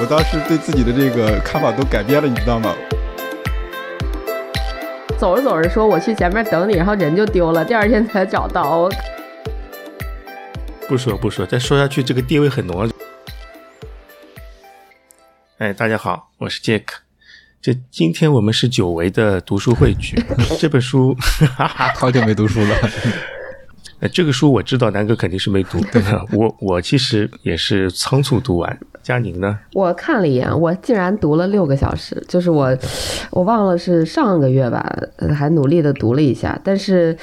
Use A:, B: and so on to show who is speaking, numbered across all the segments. A: 我当时对自己的这个看法都改变了，你知道吗？
B: 走着走着说我去前面等你，然后人就丢了，第二天才找到。我
C: 不说不说，再说下去这个地位很浓啊。哎，大家好，我是 Jack。这今天我们是久违的读书 会局，这本书，哈哈，
A: 好久没读书了，
C: 呃这个书我知道南哥肯定是没 读，我我其实也是仓促读完。佳宁呢？
B: 我看了一眼，我竟然读了六个小时，就是我，我忘了是上个月吧，呃还努力的读了一下，但是，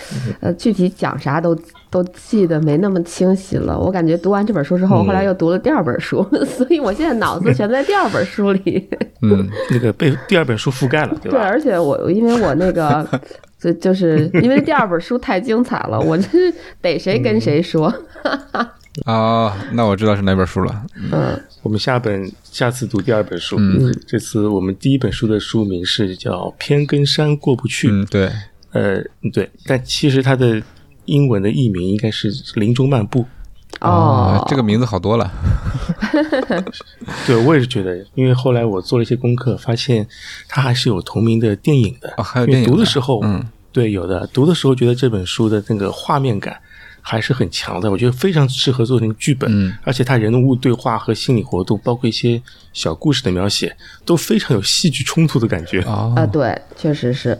B: 呃，具体讲啥都都记得没那么清晰了。我感觉读完这本书之后，我后来又读了第二本书， 所以我现在脑子全在第二本书里。
A: 嗯，
C: 那个被第二本书覆盖了，对
B: 对，
C: 吧？
B: 而且我因为我那 个，就就是因为第二本书太精彩了，我真是逮谁跟谁说。
A: 啊，那我知道是哪本书了。
B: 嗯，
C: 我们下本下次读第二本书。
A: 嗯，
C: 这次我们第一本书的书名是叫《偏跟山过不去》。
A: 嗯，对，
C: 呃，对，但其实它的英文的译名应该是《林中漫步》。
B: 哦，
A: 这个名字好多了。
C: 对我也是觉得，因为后来我做了一些功课，发现它还是有同名的电影的。
A: 哦还有
C: 因为
A: 电影
C: 读
A: 的
C: 的时候，
A: 嗯，
C: 对，有的读的时候觉得这本书的那个画面感还是很强的，我觉得非常适合做成剧本。
A: 嗯，
C: 而且它人物对话和心理活动，包括一些小故事的描写，都非常有戏剧冲突的感觉，
A: 哦，
B: 啊，对，确实是，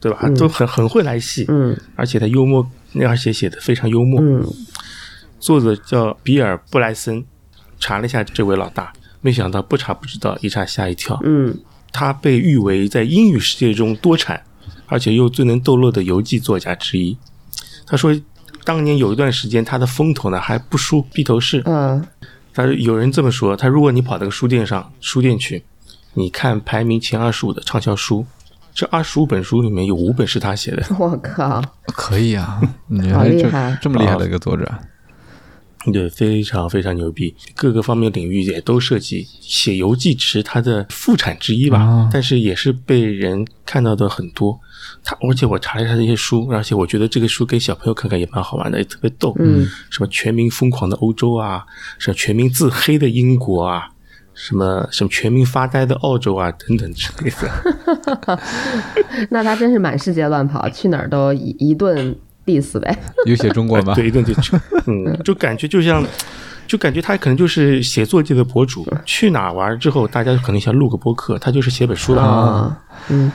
C: 对吧？都很很会来戏，
B: 嗯
C: 而且它幽默，而且写的非常幽默。
B: 嗯，
C: 作者叫比尔·布莱森，查了一下这位老大，没想到不查不知道，一查吓一跳。
B: 嗯
C: 他被誉为在英语世界中多产，而且又最能逗乐的游记作家之一。他说，当年有一段时间，他的风头呢还不输披头士。
B: 嗯
C: 他说有人这么说，他如果你跑到个书店上，书店去，你看排名前二十五的畅销书，这二十五本书里面有五本是他写的。
B: 我靠，
A: 可以 啊，你
B: 好
A: 还
B: 厉
A: 这
B: 害
A: 这么厉害的一个作者，
C: 对，非常非常牛逼，各个方面领域也都涉及。写游记是他的副产之一吧，
A: 啊
C: 但是也是被人看到的很多。他，而且我查了一下这些书，而且我觉得这个书给小朋友看看也蛮好玩的，也特别逗。
B: 嗯，
C: 什么全民疯狂的欧洲啊，什么全民自黑的英国啊，什么什么全民发呆的澳洲啊，等等之类的。
B: 那他真是满世界乱跑，去哪儿都一一顿 diss 呗。
A: 有写中 国吗？
C: 对，一顿就就嗯，就感觉就像，就感觉他可能就是写作界的博主，去哪玩之后，大家可能想录个播客，他就是写本书了啊、
B: 啊，嗯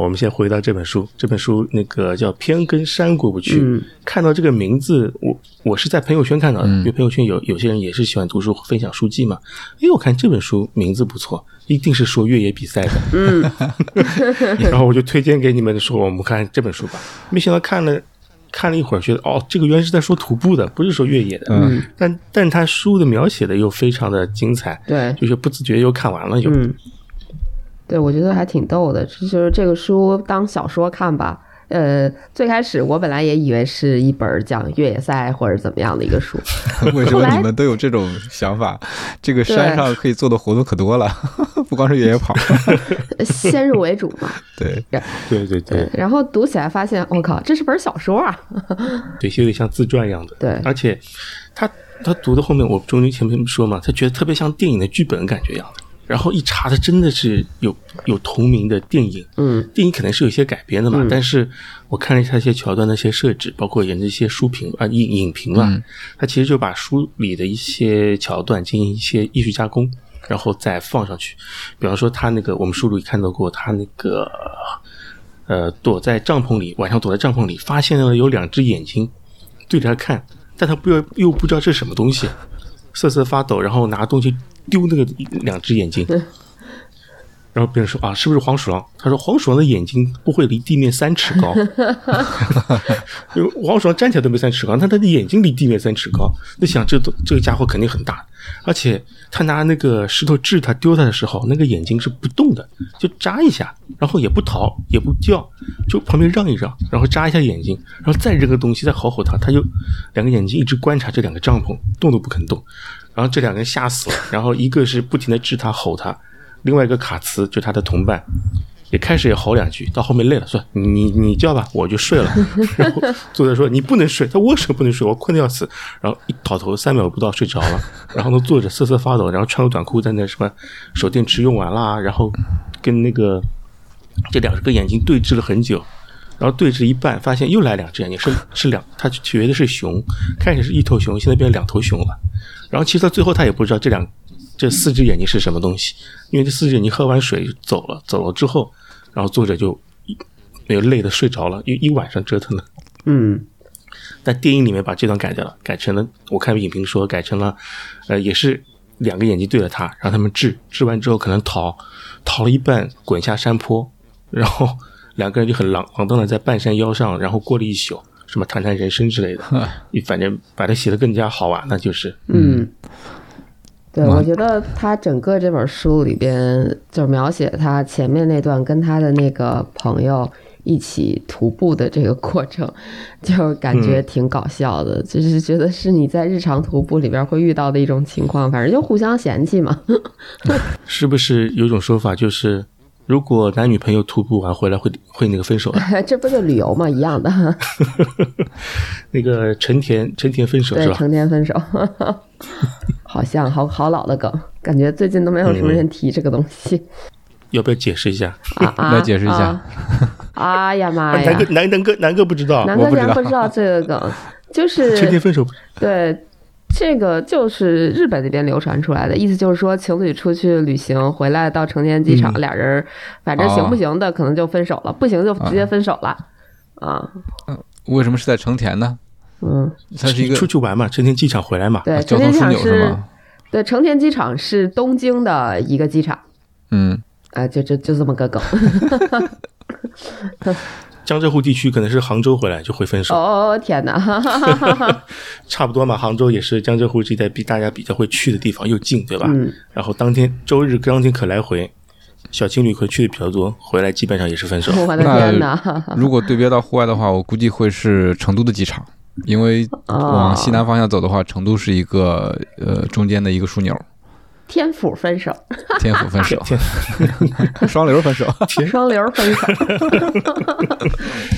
C: 我们先回到这本书，这本书那个叫《偏跟山过不去》
B: 嗯
C: 看到这个名字，我我是在朋友圈看到的，因为朋友圈有有些人也是喜欢读书，分享书籍嘛。哎，我看这本书名字不错，一定是说越野比赛的。
B: 嗯，
C: 然后我就推荐给你们说，我们看这本书吧。没想到看了看了一会儿，觉得哦，这个原来是在说徒步的，不是说越野的。
A: 嗯，
C: 但但他书的描写的又非常的精彩，
B: 对，
C: 就是不自觉又看完了又。
B: 嗯，对，我觉得还挺逗的，这就是这个书当小说看吧。呃，最开始我本来也以为是一本讲越野赛或者怎么样的一个书，
A: 为什
B: 后
A: 么
B: 来
A: 你们都有这种想法？这个山
B: 对
A: 上可以做的活动可多了， 不光是越 野跑。
B: 先入为主嘛。
A: 对，
C: 对对对
B: 嗯，然后读起来发现，我、靠，这是本小说啊！
C: 对，有点像自传一样的。
B: 对
C: 而且他他读到后面，我中间前面说嘛，他觉得特别像电影的剧本感觉一样的。然后一查，他真的是有有同名的电影，
B: 嗯
C: 电影可能是有一些改编的嘛，但是我看了一下一些桥段的一些设置，包括人的一些书评啊、影影评嘛，它其实就把书里的一些桥段进行一些艺术加工，然后再放上去。比方说，他那个我们书里看到过，他那个呃躲在帐篷里，晚上躲在帐篷里，发现了有两只眼睛对着他看，但他不知道又不知道这是什么东西，瑟瑟发抖，然后拿东西丢那个两只眼睛。然后别人说啊，是不是黄鼠狼？他说黄鼠狼的眼睛不会离地面三尺高，因为黄鼠狼站起来都没三尺高，但它的眼睛离地面三尺高。那想这都这个家伙肯定很大，而且他拿那个石头掷它丢它的时候，那个眼睛是不动的，就眨一下，然后也不逃也不叫，就旁边让一让，然后眨一下眼睛，然后再扔个东西再吼吼它，它就两个眼睛一直观察这两个帐篷，动都不肯动。然后这两个人吓死了，然后一个是不停的治他吼他，另外一个卡茨就是他的同伴，也开始也吼两句，到后面累了，算你你你叫吧，我就睡了。然后作者说你不能睡，他为什么不能睡？我困得要死。然后一倒头，三秒不到睡着了。然后呢，作者瑟瑟发抖，然后穿个短裤在那什么手电池用完啦，然后跟那个这两个眼睛对峙了很久。然后对峙一半，发现又来两只眼睛，是是两，他觉得是熊，开始是一头熊，现在变成两头熊了。然后其实到最后他也不知道这两这四只眼睛是什么东西，因为这四只眼睛喝完水就走了，走了之后，然后作者就那个累的睡着了，一一晚上折腾了。
B: 嗯，
C: 但电影里面把这段改掉了，改成了我看影评说改成了，呃，也是两个眼睛对着他，让他们治，治完之后可能逃，逃了一半滚下山坡，然后。两个人就很狼狼荡的在半山腰上，然后过了一宿，什么谈谈人生之类的，反正把它写的更加好玩，啊那就是
B: 嗯，对，我觉得他整个这本书里边，就描写他前面那段跟他的那个朋友一起徒步的这个过程，就感觉挺搞
A: 嗯
B: 笑的，就是觉得是你在日常徒步里边会遇到的一种情况，反正就互相嫌弃嘛。
C: 是不是有种说法就是？如果男女朋友徒步完回来会会那个分手、啊，
B: 这不就旅游嘛一 样的。
C: 那个成田成田分手是吧？
B: 成田分手， 好像好好老的梗，感觉最近都没有
A: 嗯
B: 什么人提这个东 西。嗯、
C: 要不要解释一下？
B: 啊啊！
A: 来解释一下。哎
B: 啊呀妈呀！
C: 南哥南南哥南哥不知道，
B: 南哥竟然不知道这个梗， 就是
C: 成田分手。
B: 对。这个就是日本那边流传出来的，意思就是说情侣出去旅行回来到成田机场，
C: 嗯、
B: 俩人反正行不行的可能就分手了，哦、不行就直接分手了啊。
A: 嗯，为什么是在成田呢？
B: 嗯，
A: 它是一个
C: 出去玩嘛，成田机场回来嘛，
B: 对，
A: 啊、交通枢纽
B: 是对，成田机场是东京的一个机场。
A: 嗯，
B: 啊，就就就这么个梗。
C: 江浙沪地区可能是杭州回来就会分手
B: 哦！天哪，
C: 差不多嘛。杭州也是江浙沪这一带比大家比较会去的地方，又近，对吧？
B: 嗯。
C: 然后当天周日当天可来回，小情侣会去的比较多，回来基本上也是分 手。
B: 我的啊天哪！
A: 如果对标到户外的话，我估计会是成都的机场，因为
B: 哦
A: 往西南方向走的话，成都是一个呃中间的一个枢纽。
B: 天府分手，
A: 天府分手，双流分手，
B: 双流分手，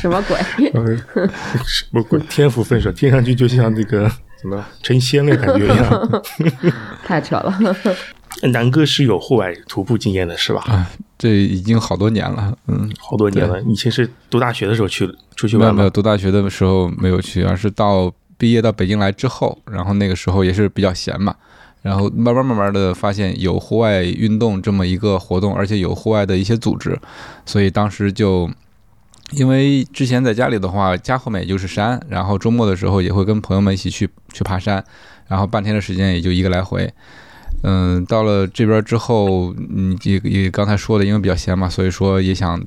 B: 什么鬼？
C: 什么鬼？天府分手，听上去就像那 个什么成仙的感觉一样，
B: 太扯了。
C: 南哥是有户外徒步经验的，是吧？
A: 啊，这已经好多年了，嗯，
C: 好多年了。以前是读大学的时候去出去
A: 没
C: 玩
A: 有没有，读大学的时候没有去，而是到毕业到北京来之后，然后那个时候也是比较闲嘛。然后慢慢慢慢的发现有户外运动这么一个活动，而且有户外的一些组织，所以当时就，因为之前在家里的话，家后面也就是山，然后周末的时候也会跟朋友们一起去去爬山，然后半天的时间也就一个来回。嗯，到了这边之后，嗯，也也刚才说的，因为比较闲嘛，所以说也想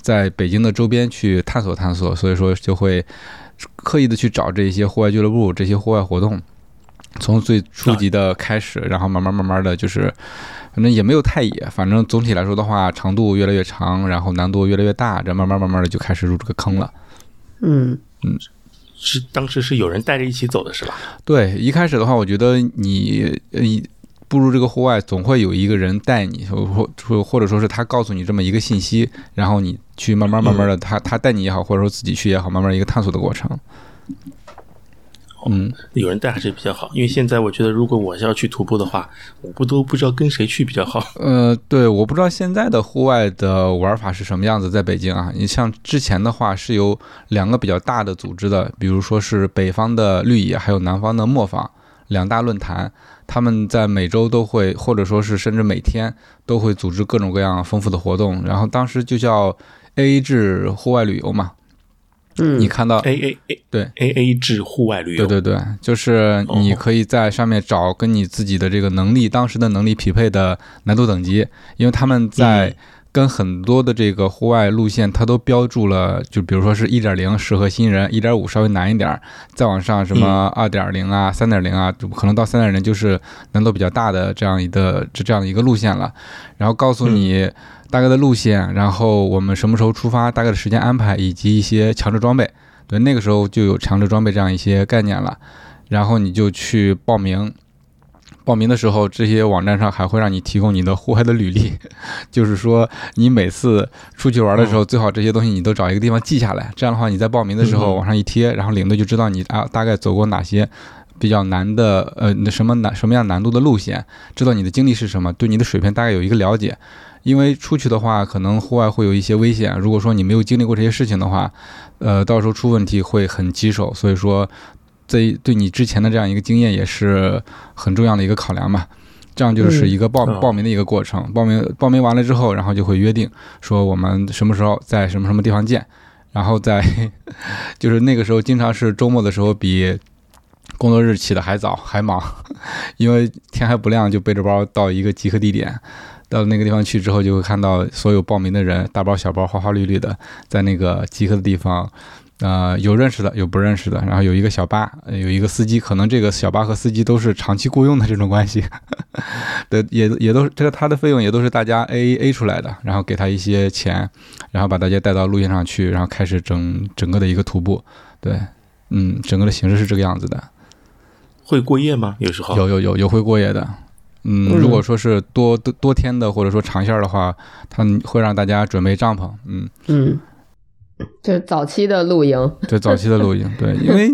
A: 在北京的周边去探索探索，所以说就会刻意的去找这些户外俱乐部、这些户外活动。从最初级的开始，然后慢慢慢慢的就是，反正也没有太野，反正总体来说的话，长度越来越长，然后难度越来越大，这慢慢慢慢的就开始入这个坑了。
B: 嗯
A: 嗯，
C: 是当时是有人带着一起走的是吧？
A: 对，一开始的话，我觉得你一步入这个户外，总会有一个人带你，或或或者说是他告诉你这么一个信息，然后你去慢慢慢慢的，嗯、他他带你也好，或者说自己去也好，慢慢一个探索的过程。嗯，
C: 有人带还是比较好，因为现在我觉得，如果我要去徒步的话，我不都不知道跟谁去比较好。
A: 呃，对，我不知道现在的户外的玩法是什么样子，在北京啊，你像之前的话是有两个比较大的组织的，比如说是北方的绿野，还有南方的磨坊两大论坛，他们在每周都会，或者说是甚至每天都会组织各种各样丰富的活动，然后当时就叫 A 制户外旅游嘛。
B: 嗯，
A: 你看到
C: A A A
A: 对
C: A A 制户外旅游，哦
A: 对对对，就是你可以在上面找跟你自己的这个能力、当时的能力匹配的难度等级，因为他们在跟很多的这个户外路线，它都标注了，就比如说是一点零适合新人，一点五稍微难一点，再往上什么二点零啊、三点零啊，可能到三点零就是难度比较大的这样一个这这样一个路线了，然后告诉你。
C: 嗯
A: 大概的路线，然后我们什么时候出发，大概的时间安排，以及一些强制装备。对，那个时候就有强制装备这样一些概念了。然后你就去报名，报名的时候，这些网站上还会让你提供你的户外的履历， 就是说你每次出去玩的时候，最好这些东西你都找一个地方记下来。这样的话，你在报名的时候往上一贴，然后领队就知道你啊大概走过哪些比较难的呃什么难什么样难度的路线，知道你的经历是什么，对你的水平大概有一个了解。因为出去的话，可能户外会有一些危险。如果说你没有经历过这些事情的话，呃，到时候出问题会很棘手。所以说，这对你之前的这样一个经验也是很重要的一个考量嘛。这样就是一个报
C: 嗯
A: 报名的一个过程。报名报名完了之后，然后就会约定说我们什么时候在什么什么地方见，然后在 就是那个时候经常是周末的时候比工作日起的还早还忙，因为天还不亮就背着包到一个集合地点。到那个地方去之后，就会看到所有报名的人，大包小包、花花绿绿的，在那个集合的地方，呃，有认识的，有不认识的，然后有一个小巴，呃有一个司机，可能这个小巴和司机都是长期雇佣的这种关系，对，也也都是这个他的费用也都是大家 A A 出来的，然后给他一些钱，然后把大家带到路线上去，然后开始整整个的一个徒步，对，嗯，整个的形式是这个样子的，
C: 会过夜吗？有时候
A: 有有有有会过夜的。嗯，
B: 嗯
A: 如果说是多多多天的，或者说长线儿的话，他们会让大家准备帐篷。嗯，
B: 嗯，就是早期的露营，
A: 对，早期的露营，对，因为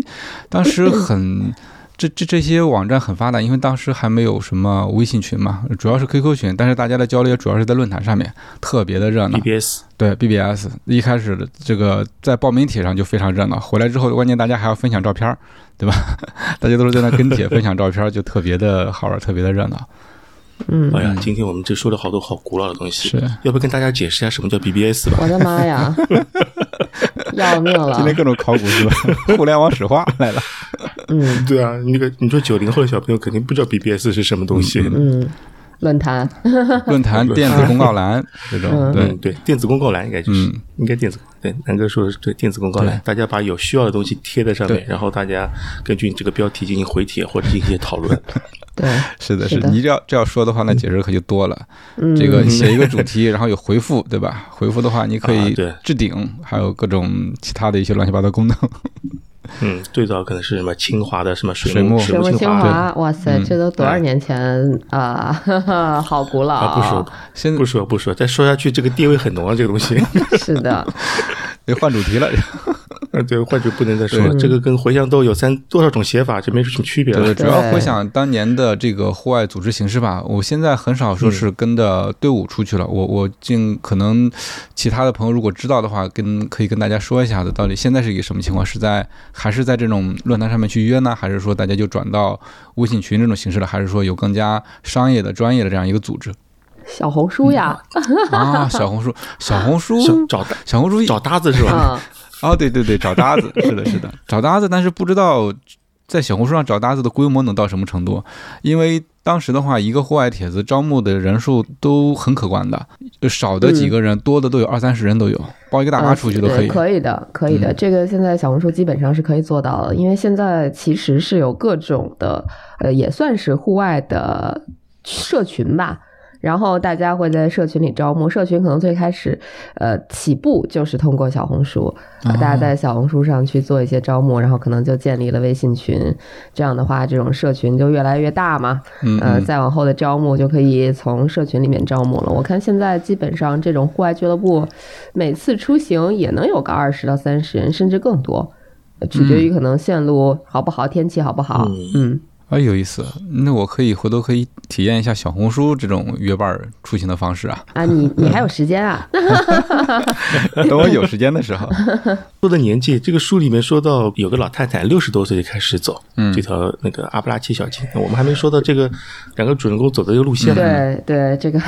A: 当时很这这这些网站很发达，因为当时还没有什么微信群嘛，主要是 QQ 群，但是大家的交流主要是在论坛上面，特别的热闹。
C: BBS
A: 对 BBS 一开始的这个在报名帖上就非常热闹，回来之后关键大家还要分享照片儿，对吧？ 大家都是在那跟帖分享照片儿，就特别的好玩，特别的热闹。
B: 嗯，
C: 哎呀，今天我们这说了好多好古老的东西，
A: 是
C: 要不跟大家解释一下什么叫 BBS 吧？
B: 我的妈 呀，要命了
A: 今，天各种考古是吧？ 互联网史话来 了。
B: 嗯
C: 对啊，那个你说九零后的小朋友肯定不知道 BBS 是什么东西。嗯
B: 嗯，论坛，
A: 论坛、电子公告栏这种，
B: 嗯
A: 对，
C: 对，电子公告栏应该就是、
A: 嗯
C: 应该电子对南哥说的是对电子公告栏，大家把有需要的东西贴在上面
A: 对，
C: 然后大家根据你这个标题进行回帖或者进行一些 讨论。
B: 对，
A: 是的，
B: 是
A: 是
B: 的
A: 你这要这要说的话，那解释可就多了。
B: 嗯，
A: 这个写一 个主题，然后有回复，对吧？回复的话，你可
C: 啊
A: 以
C: 对
A: 置顶，还有各种其他的一些乱七八糟功能。
C: 嗯，最早可能是什么清华的什么水
A: 水
C: 墨
A: 墨
B: 水墨
C: 清
B: 清华，哇塞，
A: 嗯
B: 这都多少
C: 哎
B: 年前啊，好古
C: 啊，不
B: 老
C: 说，
A: 现
C: 不说不说，再说下去这个地位很浓啊，这个东西。
B: 是的，
A: 得换主题了，
C: 啊，对，换句不能再说了，
A: 对
C: 这个跟茴香豆有三多少种写法，这没什么区别了
A: 对，。主要回想当年的这个户外组织形式吧。我现在很少说是跟着队伍出去了，我我尽可能其他的朋友如果知道的话，跟可以跟大家说一下的。到底现在是一个什么情况？是在还是在这种论坛上面去约呢？还是说大家就转到微信群这种形式了？还是说有更加商业的、专业的这样一个组 织
B: 小红书呀，
A: 啊？小红书，小红书，
C: 想找搭
A: 小红书
C: 找搭子是吧？
B: 嗯，
A: 哦，对对对，找搭子，是的，是的，找搭子，但是不知道在小红书上找搭子的规模能到什么程度，因为当时的话，一个户外帖子招募的人数都很可观的，就少的几个人，多的都有二三十人都有，包一个大
B: 呃
A: 妈出去都可
B: 对
A: 以。
B: 可以的，可以的。
A: 嗯
B: 这个现在小红书基本上是可以做到的，因为现在其实是有各种的，呃，也算是户外的社群吧。然后大家会在社群里招募，社群可能最开始，呃，起步就是通过小红书，
A: 啊
B: 呃大家在小红书上去做一些招募，然后可能就建立了微信群。这样的话，这种社群就越来越大嘛。
A: 嗯
B: 呃，
A: 嗯，
B: 再往后的招募就可以从社群里面招募了。我看现在基本上这种户外俱乐部，每次出行也能有个二十到三十人，甚至更多，呃取
A: 嗯
B: 决于可能线路好不好，天气好不好。嗯，
A: 哎，有意思，那我可以回头可以体验一下小红书这种约伴儿出行的方式啊，
B: 啊，你你还有时间啊？
A: 等我有时间的时候。
C: 说的年纪，这个书里面说到有个老太太六十多岁就开始走、
B: 嗯
C: 这条那个阿布拉契小径，我们还没说到这个两个主人公走的这个路线呢。
B: 嗯对对，这个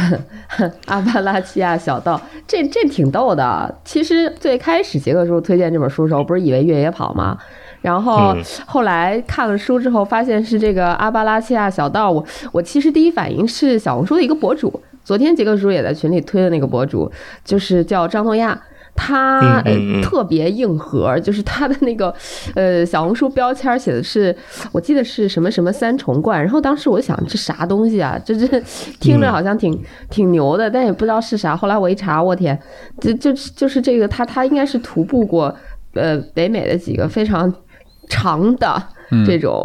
B: 阿巴拉契亚小道，这这挺逗的。其实最开始杰克叔推荐这本书的时候，不是以为越野跑吗？然后
C: 嗯
B: 后来看了书之后，发现是这个阿巴拉契亚小道。我我其实第一反应是小红书的一个博主，昨天杰克叔也在群里推的那个博主，就是叫张东亚。他呃
C: 嗯嗯嗯
B: 特别硬核，就是他的那个呃小红书标签写的是，我记得是什么什么三重冠。然后当时我想这啥东西啊，这这听
C: 嗯
B: 着好像挺、挺牛的，但也不知道是啥。后来我一查，我天，这就就是这个他他应该是徒步过呃北美
C: 嗯
B: 的几个非常长的这种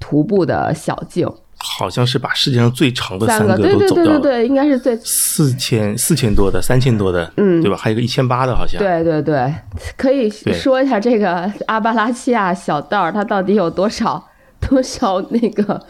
B: 徒步的小径。
C: 好像是把世界上最长的
B: 三
C: 个
B: 对
C: 都
B: 对
C: 走
B: 对对
C: 到了
B: 对，应该是最
C: 四千四千多的、三千多的，
B: 嗯
C: 对吧？还有一个一千八的，好像。
B: 对对对，可以
C: 对
B: 说一下这个阿巴拉契亚小道儿它到底有多少 多少那个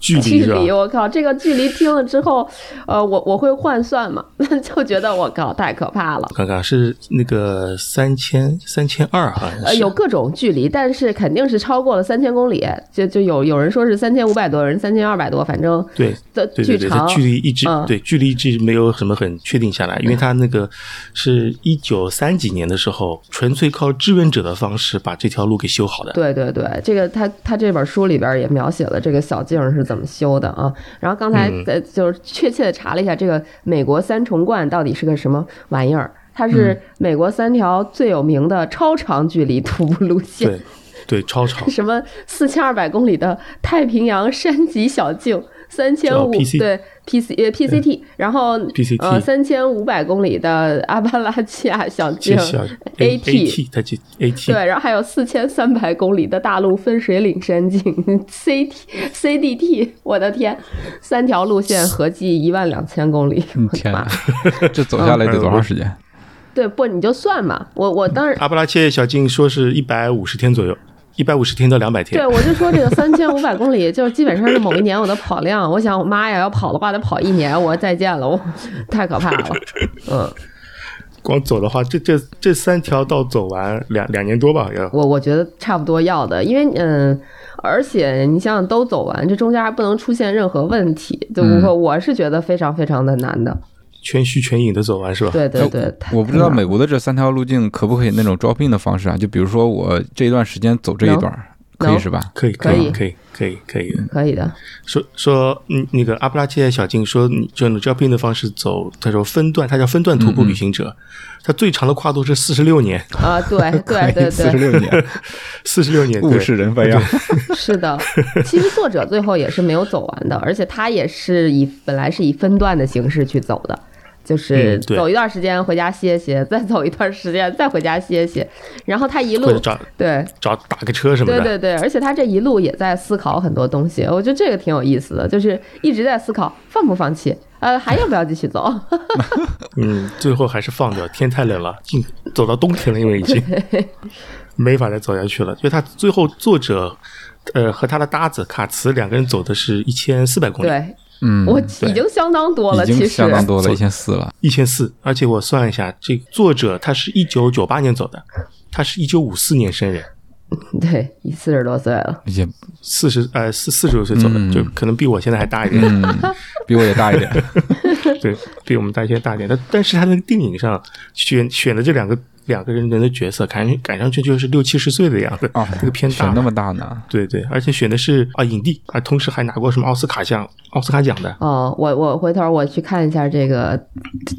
C: 距离
B: 距
C: 是吧？
B: 离？我靠，这个距离听了之后，呃，我我会换算嘛， 就觉得我靠太可怕了
C: 我。看看是那个三千三千二，好像
B: 呃，
C: 是。
B: 有各种距离，但是肯定是超过了三千公里，就就有有人说是三千五百多，有人三千二百多，反正
C: 对
B: 的
C: 对
B: 距
C: 对对，
B: 长
C: 它距离一直、
B: 嗯
C: 对距离一直没有什么很确定下来，因为它那个是一九三几年的时候，纯粹靠志愿者的方式把这条路给修好的。
B: 对对对，这个他他这本书里边也描写了这个小径是怎么修的啊。然后刚才
C: 嗯
B: 呃就是确切的查了一下，这个美国三重冠到底是个什么玩意儿？它是美国三条最有名的超长距离徒步路线，
C: 对对，超长
B: 什么四千二百公里的太平洋山脊小径，三千
C: 叫
B: 五
C: PC
B: 对 P C 呃 P C T，然后
C: PCT
B: 呃三千五百公里的阿巴拉契亚小
C: 接
B: 径
C: 下哎 A
B: A T。
C: T 它就 A T
B: 对，然后还有四千三百公里的大陆分水岭山径 CT CDT，我的天，三条路线合计一万两千公里， 我的
A: 嗯天
B: 妈
A: 哪！这走下来得多长时间？
B: 对，不你就算嘛，我我当然。
A: 啊
C: 阿布拉切小径说是一百五十天左右，一百五十天到两百天
B: 对，。我就说这个三千五百公里，就是基本上是某一年我的跑量。我想，我妈呀，要跑的话得跑一年，我再见了，我太可 怕了。嗯，
C: 光走的话，这这这三条道走完两两年多吧，好像。
B: 我我觉得差不多要的，因为嗯，而且你想想都走完，这中间还不能出现任何问题，就
A: 嗯
B: 我我是觉得非常非常的难的。
C: 全虚全影的走完是吧？
B: 对对
A: 哎
B: 对，
A: 我不知道
B: 太
A: 美国的这三条路径可不可以那种 drop in 的方式啊？就比如说我这一段时间走这一段，可以
B: 能
A: 是吧？
C: 可以
B: 可以
C: 可以可以可以。
B: 可以的，
C: 说说嗯，那个阿布拉切小径说，你就用 dropping 的方式走，他说分段，他叫分段徒步旅行者，他最长的跨度是四十六年，
B: 啊，对 对对
A: 四十
B: 对，
A: 六年，
C: 四十六年，
A: 物
C: 对
A: 是人非啊！
B: 是的。 其实作者最后也是没有走完的，而且他也是以本来是以分段的形式去走的，就是
C: 嗯对
B: 走一段时间回家歇歇，再走一段时间再回家歇歇，然后他一
C: 或者
B: 路
C: 找
B: 对
C: 找打个车什么
B: 对
C: 的，
B: 对对，而且他这一路也在思考很多东西，我觉得这个挺有意思的，就是一直在思考放不放弃，呃，还要不要继续走。
C: 嗯，最后还是放掉，天太冷了，进走到冬天了，因为已经 没法再走下去了，因为他最后作者。呃，和他的搭子卡茨两个人走的是一千四百公 里，
B: 对
A: 嗯，
B: 我已经相当多了，
A: 已
B: 其
A: 经
B: 实
A: 相当多了，
C: 走
A: 一千四了。
C: 一千四，而且我算了一下，这个作者他是一九九八年走的，他是一九五四年生人，
B: 对，四十多岁了，
A: 也
C: 四十呃四四十多岁走的，
A: 嗯
C: 就可能比我现在还大一点，
A: 嗯，比我也大 一点。
C: 对，比我们大一些大一点。但但是他那个电影上选选的这两个两个人的角色，赶赶上去就是六七十岁的样子，
A: 啊，
C: 这个偏
A: 选
C: 大。
A: 那么大呢？
C: 对对，而且选的是啊影帝，啊同时还拿过什么奥斯卡奖、奥斯卡奖的，
B: 哦，我我回头我去看一下这个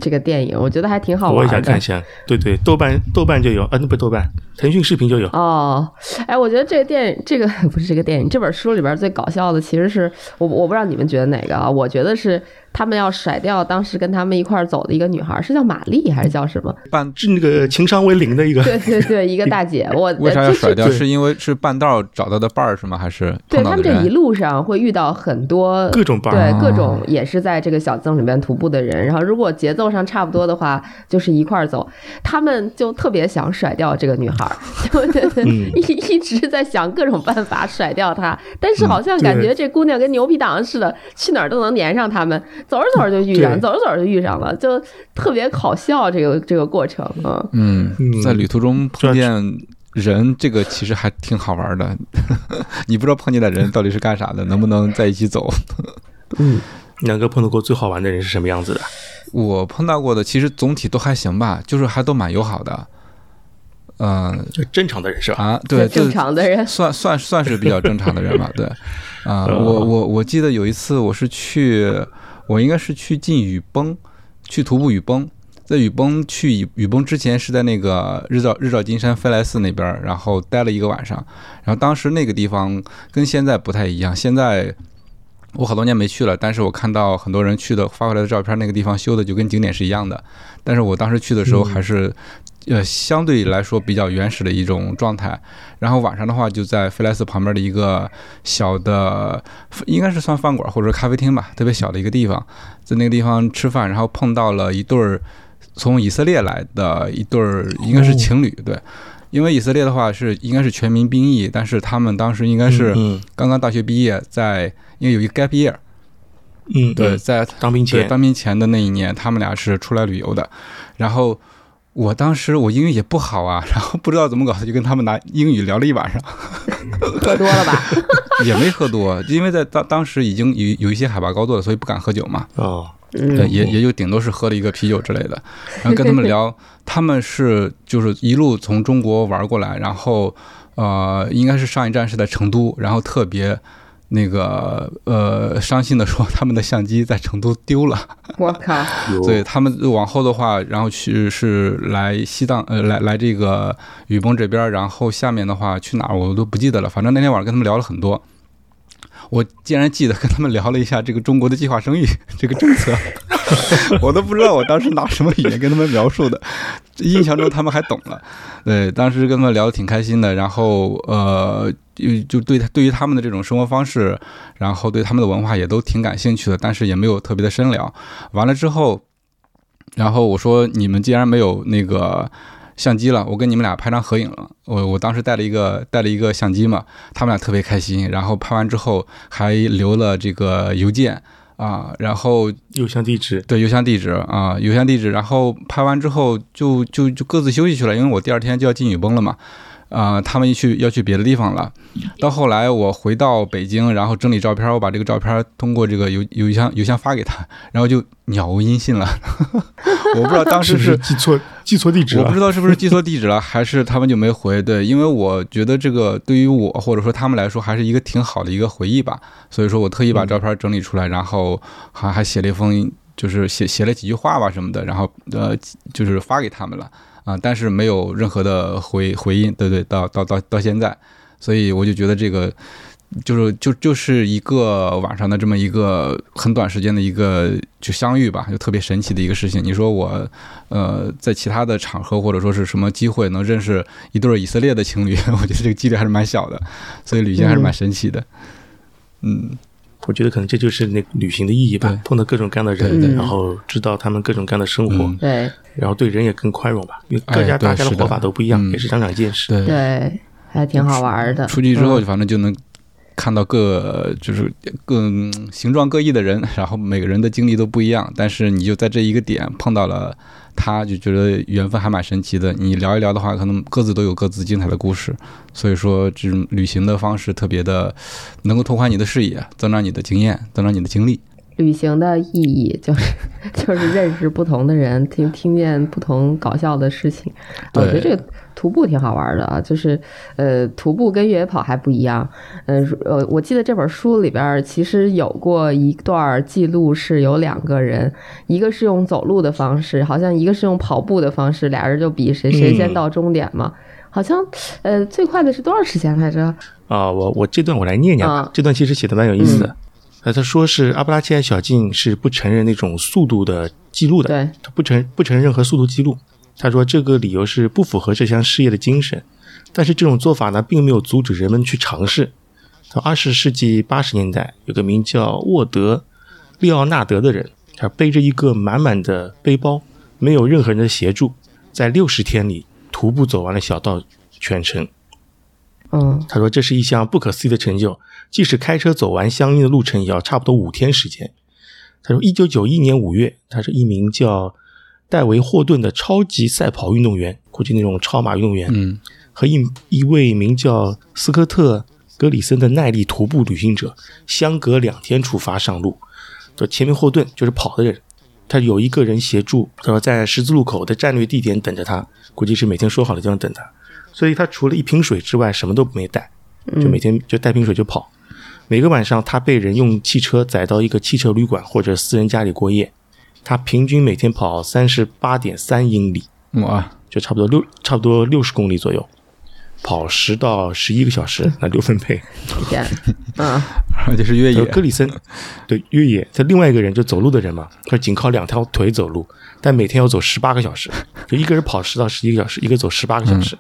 B: 这个电影，我觉得还挺好
C: 我
B: 玩
C: 也想
B: 的
C: 看一。下。对对，豆瓣豆瓣就有，啊那不豆瓣，腾讯视频就有。
B: 哦，哎，我觉得这个电影，这个 不是这个电影，这本书里边最搞笑的其实是我，我不知道你们觉得哪个啊？我觉得是他们要甩掉当时跟他们一块儿走的一个女孩，是叫玛丽还是叫什么？
A: 半
C: 是那个情商为零的一个，
B: 对对对，一个大姐，我
A: 为啥要甩掉？
C: 对
A: 是因为是半道找到的伴儿是吗？还是
B: 对
A: 碰到
B: 他们
A: 的
B: 这一
A: 人？
B: 路上会遇到很多
C: 各种伴儿
B: 对
A: 哦
B: 各种也是在这个小径里面徒步的人。然后如果节奏上差不多的话，就是一块儿走。他们就特别想甩掉这个女孩儿，就一一直在想各种办法甩掉她，但是好像感觉
C: 对
B: 这姑娘跟牛皮糖似的，去哪儿都能粘上他们。走着走着就遇上，
C: 对
B: 走着走着就遇上了，就特别搞笑这个这个过程。嗯，
A: 嗯
C: 嗯，
A: 在旅途中碰
C: 这
A: 见人，这个其实还挺好玩的。 你不知道碰见的人到底是干啥的，能不能在一起走？
C: 南哥碰到过最好玩的人是什么样子的？
A: 我碰到过的其实总体都还行吧，就是还都蛮友好的。嗯、
C: 就正常的人是吧？
A: 啊，对，
B: 就正
A: 就
B: 常的人。
A: 算算算是比较正常的人吧，对，啊、我我我记得有一次我是去，我应该是去进雨崩，去徒步雨崩，在雨崩去雨雨崩之前是在那个日照日照金山飞来寺那边儿，然后待了一个晚上，然后当时那个地方跟现在不太一样，现在。我好多年没去了，但是我看到很多人去的发回来的照片，那个地方修的就跟景点是一样的。但是我当时去的时候还是呃相对来说比较原始的一种状态。然后晚上的话，就在菲莱斯旁边的一个小的，应该是算饭馆或者咖啡厅吧，特别小的一个地方，在那个地方吃饭，然后碰到了一对儿从以色列来的一对儿，应该是情侣，对。因为以色列的话是应该是全民兵役，但是他们当时应该是刚刚大学毕业，在因为有一个 gap year，
C: 嗯，
A: 对，在
C: 当兵
A: 对
C: 前，
A: 当兵前的那一年，他们俩是出来旅游的。然后我当时我英语也不好啊， 然后不知道怎么搞的，就跟他们拿英语聊了一晚上，
B: 喝多了吧？
A: 也没喝多，因为在当当时已经有有一些海拔高度了，所以不敢喝酒嘛。
C: 哦，
A: 对，
B: 嗯，
A: 也也就顶多是喝了一个啤酒之类的，然后跟他们聊，他们是就是一路从中国玩过来，然后呃，应该是上一站是在成都，然后特别那个呃伤心的说他们的相机在成都丢了，
B: 我靠，
C: 有
A: 所以他们往后的话，然后去是来西藏呃来来这个雨崩这边，然后下面的话去哪儿我都不记得了，反正那天晚上跟他们聊了很多。我竟然记得跟他们聊了一下这个中国的计划生育这个政策， 我都不知道我当时拿什么语言跟他们描述的，印象中他们还懂了。对，当时跟他们聊得挺开心的，然后呃，就就对对于他们的这种生活方式，然后对他们的文化也都挺感兴趣的，但是也没有特别的深聊。完了之后，然后我说你们既然没有那个相机了，我跟你们俩拍张合影了。我我当时带了一个带了一个相机嘛，他们俩特别开心。然后拍完之后还留了这个邮件啊，然后
C: 邮箱地址，
A: 对邮箱地址啊，邮箱地址。然后拍完之后就就就各自休息去了，因为我第二天就要进雨崩了嘛。啊、他们去要去别的地方了。到后来我回到北京，然后整理照片，我把这个照片通过这个邮邮箱邮箱发给他，然后就杳无音信了。 我不知道当时啊 是
C: 记错记错地址啊
A: 我不
C: 了
A: 知？道是不是记错地址了，还是他们就没回。对，因为我觉得这个对于我或者说他们来说，还是一个挺好的一个回忆吧。所以说我特意把照片整理出来，然后还还写了一封，就是写写了几句话吧什么的，然后呃，就是发给他们了啊、但是没有任何的回回应。对对，到到到到现在，所以我就觉得这个。就是就就是一个晚上的这么一个很短时间的一个就相遇吧，就特别神奇的一个事情。你说我呃，在其他的场合或者说是什么机会能认识一对儿以色列的情侣， 我觉得这个几率还是蛮小的，所以旅行还是蛮神奇的。嗯，
C: 我觉得可能这就是那旅行的意义吧
A: 对，
C: 碰到各种各样的
B: 对对
C: 人，
B: 对
C: 然后知道他们各种各样的生活
A: 嗯，
B: 对
C: 然后对人也更宽容吧，因为各
A: 哎
C: 家
A: 对
C: 大家的
A: 是的
C: 活法都不一样，
A: 嗯
C: 也是长长见识。
A: 对。
B: 对，还挺好玩的。
A: 出去之后，
B: 嗯
A: 反正就能看到各就是各嗯形状各异的人，然后每个人的经历都不一样，但是你就在这一个点碰到了他，就觉得缘分还蛮神奇的。你聊一聊的话，可能各自都有各自精彩的故事，所以说这种旅行的方式特别的能够拓宽你的视野，增长你的经验，增长你的经历。
B: 旅行的意义就是 就是认识不同的人，听听见不同搞笑的事情。啊我觉得这
A: 对
B: 个徒步挺好玩的啊，就是呃，徒步跟越野跑还不一样。呃如呃，我记得这本书里边儿其实有过一段记录，是有两个人，一个是用走路的方式，好像一个是用跑步的方式，俩人就比谁谁先
C: 嗯
B: 到终点嘛。好像呃，最快的是多少时间来着？
C: 啊，我我这段我来念念吧
B: 啊，
C: 这段其实写的蛮有意思的。那他说是阿布拉契亚小径是不承认那种速度的记录的，
B: 对，
C: 他不承不承认任何速度记录。他说这个理由是不符合这项事业的精神，但是这种做法呢，并没有阻止人们去尝试。到二十世纪八十年代，有个名叫沃德·利奥纳德的人，他背着一个满满的背包，没有任何人的协助，在六十天里徒步走完了小道全程。
B: 嗯，
C: 他说这是一项不可思议的成就，即使开车走完相应的路程，也要差不多五天时间。他说，一九九一年五月，他是一名叫戴维·霍顿的超级赛跑运动员，估计那种超马运动员，
A: 嗯，
C: 和一一位名叫斯科特·格里森的耐力徒步旅行者，相隔两天出发上路。就前面霍顿就是跑的人，他有一个人协助，他说在十字路口的战略地点等着他，估计是每天说好的地方等他。所以他除了一瓶水之外，什么都没带。就每天就带瓶水就跑。每个晚上，他被人用汽车载到一个汽车旅馆或者私人家里过夜。他平均每天跑三十八点三英里，
A: 哇，
C: 就差不多六差不多六十公里左右。跑十到十一个小时，拿六分配。
B: 天，嗯，
A: 而且是越
C: 有
A: 野，
C: 格里森，对越野，他另外一个人就走路的人嘛，他仅靠两条腿走路，但每天要走十八个小时，就一个人跑十到十一个小时，一个走十八个小时。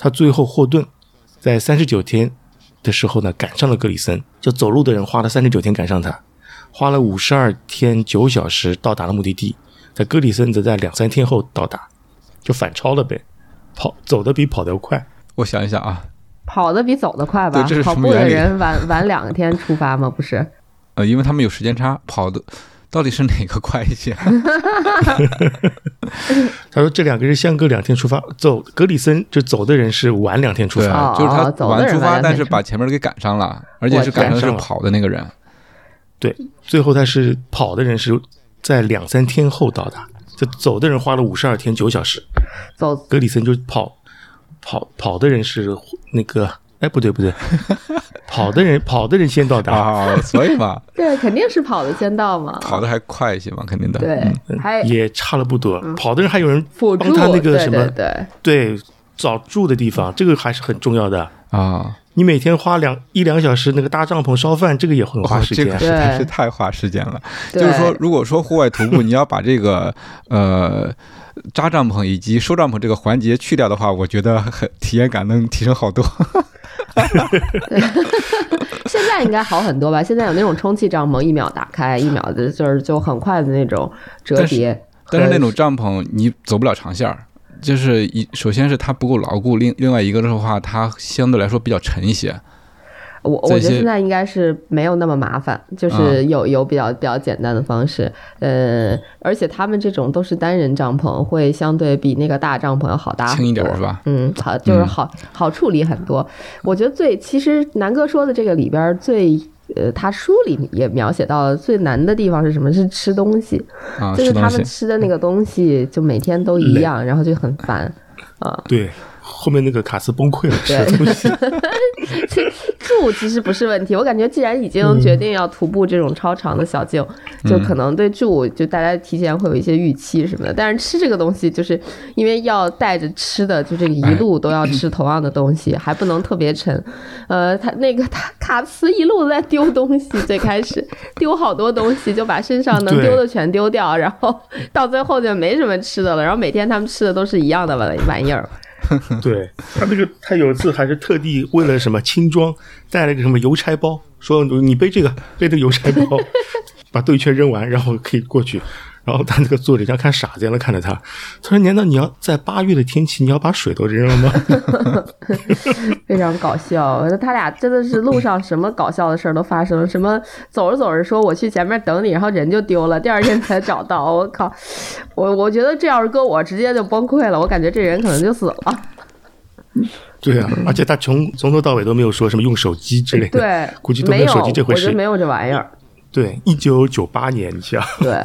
C: 他最后霍顿在三十九天的时候呢，赶上了格里森，就走路的人花了三十九天赶上他，花了五十二天九小时到达了目的地，在格里森则在两三天后到达，就反超了呗，跑走的比跑得快。
A: 我想一想啊，
B: 跑得比走得快吧
A: 对这是？
B: 跑
A: 什么
B: 步的
A: 原理
B: 人晚 晚两天出发吗？不是，
A: 呃，因为他们有时间差，跑的到底是哪个快一些？啊
C: 他说这两个人相隔两天出发，走格里森就走的人是晚两天出
A: 对
C: 发，
A: 啊，
B: 哦
A: 就是他
B: 哦走的
A: 晚
B: 人
A: 出
B: 晚
A: 发，
B: 了
A: 但
B: 那
A: 是
B: 场
A: 把前面的给赶上了，而且
B: 我
A: 是赶上
C: 赶
A: 是
C: 上了
A: 跑的那个
B: 啊
A: 人。
C: 对，最后他是跑的人是在两三天后到达，就走的人花了五十二天九小时，
B: 走
C: 格里森就跑跑跑的人是那个哎不对不对， 跑的人跑的人先到达，
A: 啊，所以 嘛，
B: 对，肯定是跑的先到嘛。
A: 跑的还快一些嘛，肯定的。
B: 对
A: 嗯，
B: 还
C: 也差了不多，跑的人还有人
B: 辅
C: 帮
B: 助，
C: 他那个
B: 对
C: 什么
B: 对对，
C: 对找住的地方，这个还是很重要的。
A: 啊，
C: 你每天花两一两个小时那个搭帐篷烧饭，这个也很花
A: 哇，
C: 时
A: 哦这
C: 间。
A: 个实
B: 对
A: 在是太花时间了。就
B: 对
A: 是说，如果说户外徒步，你要把这个呃扎帐篷以及收帐篷这个环节去掉的话，我觉得很体验感能提升好 多。
B: 现在应该好很多吧？现在有那种充气帐篷，一秒打开，一秒的就是就很快的那种折叠。
A: 但是那种帐篷你走不了长线儿，就是一首先是它不够牢固，另另外一个的话，它相对来说比较沉一些。
B: 我我
A: 在
B: 觉
A: 一些
B: 得
A: 啊
B: 现在应该是没有那么麻烦，就是有有比较比较简单的方式，呃，而且他们这种都是单人帐篷，会相对比那个大帐篷要好搭很多
A: 轻一点儿是吧？
B: 嗯，好，就是好好处理很多。我觉得最其实南哥说的这个里边儿最。呃，他书里也描写到了最难的地方是什么？是吃东西，
A: 啊，
B: 就是
A: 吃东
B: 他
A: 西
B: 们吃的那个东西，就每天都一样，然后就很 烦。
C: 对，后面那个卡斯崩溃了，吃
B: 对
C: 东西。
B: 其实住其实不是问题，我感觉既然已经决定要徒步这种超长的小径，就可能对住就大家提前会有一些预期什么的。但是吃这个东西，就是因为要带着吃的，就这个一路都要吃同样的东西，还不能特别沉。呃，他那个他卡斯一路在丢东西，最开始丢好多东西，就把身上能
C: 对
B: 丢的全丢掉，然后到最后就没什么吃的了。然后每天他们吃的都是一样的玩玩意儿。
C: 对他那个，他有一次还是特地为了什么轻装带了个什么邮差包，说你背这个 背这个邮差包， 把兜一圈扔完，然后可以过去。然后他那个作者像看傻子一样的看着他，他说：“难道你要在八月的天气，你要把水都扔了吗
B: 非常搞笑，他俩真的是路上什么搞笑的事儿都发生了，什么走着走着说我去前面等你，然后人就丢了，第二天才找到，我靠，我我觉得这要是搁我直接就崩溃了，我感觉这人可能就死
C: 哎
B: 了。？”
C: 对啊，而且他从从头到尾都没有说什么用手机之类的，
B: 对，
C: 估计都
B: 没
C: 没
B: 有
C: 有手机这回
B: 我觉得
C: 事
B: 没。有这玩意儿，
C: 对，一九九八年，你想，
B: 对，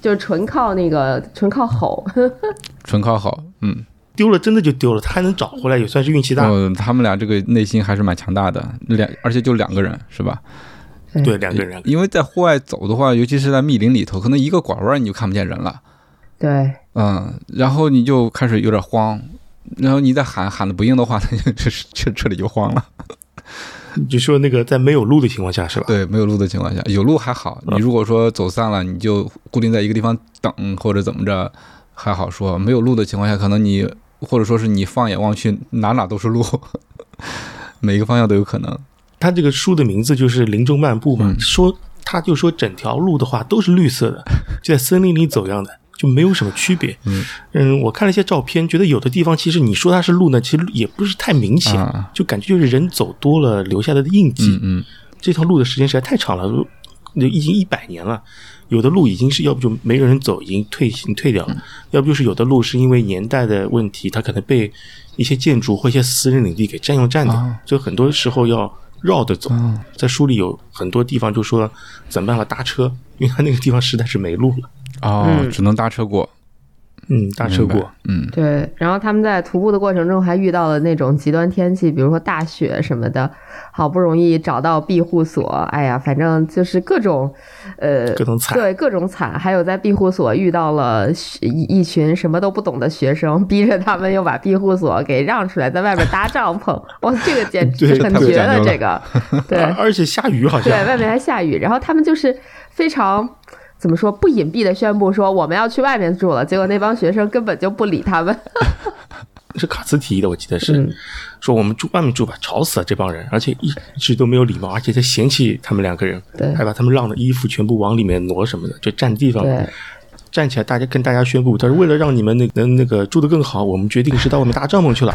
B: 就是纯靠那个纯靠吼，
A: 纯靠好，嗯，
C: 丢了真的就丢了，他还能找回来，也算是运气大。
A: 哦，他们俩这个内心还是蛮强大的，两而且就两个人是吧？
C: 对，两个人，
A: 因为在户外走的话，尤其是在密林里头，可能一个拐弯你就看不见人了，
B: 对，
A: 嗯，然后你就开始有点慌，然后你再喊喊的不应的话，他就 彻彻彻底就慌了。
C: 就说那个在没有路的情况下是吧？
A: 对，没有路的情况下，有路还好，你如果说走散了，你就固定在一个地方等或者怎么着还好说，没有路的情况下，可能你或者说是你放眼望去哪哪都是路， 每个方向都有可能。
C: 他这个书的名字就是《林中漫步》嘛，
A: 嗯
C: 说他就说整条路的话都是绿 色的，就在森林里走一样的，就没有什么区别。嗯我看了一些照片，觉得有的地方其实你说它是路呢，其实也不是太明显，
A: 啊
C: 就感觉就是人走多了留下来的印记。
A: 嗯嗯。
C: 这条路的时间实在太长了，路就已经一百年了。有的路已经是要不就没有人走，已经退行退掉了；
A: 嗯
C: 要不就是有的路是因为年代的问题，它可能被一些建筑或一些私人领地给占用占掉，
A: 啊
C: 所以很多时候要绕着走。
A: 嗯
C: 在书里有很多地方就说怎么办法搭车，因为它那个地方实在是没路了。
A: 哦，只能搭车过。
C: 嗯，大车
A: 明白
C: 过，
A: 嗯
B: 对，然后他们在徒步的过程中还遇到了那种极端天气，比如说大雪什么的，好不容易找到庇护所，哎呀，反正就是各种，呃，
C: 各种惨。
B: 对，各种惨。还有在庇护所遇到了学一一群什么都不懂的学生，逼着他们又把庇护所给让出来，在外面搭帐篷。哇，这个简直
C: 对
B: 很
C: 太
A: 不
B: 绝
A: 讲究
B: 了，
A: 了
B: 这个，对
C: 而而且下雨好
B: 对，
C: 像，
B: 外面还下雨，然后他们就是非常。怎么说不隐蔽的宣布说我们要去外面住了，结果那帮学生根本就不理他们。
C: 是卡茨提议的，我记得是、
B: 嗯
C: 说我们住外面住吧，吵死了这帮人，而且一直都没有礼貌，而且在嫌弃他们两个人，
B: 对
C: 还把他们让的衣服全部往里面挪什么的，就占地 方，
B: 对，
C: 站起来，大家跟大家宣布，他说为了让你们那能那个住得更好，我们决定是到外面搭帐 篷去了。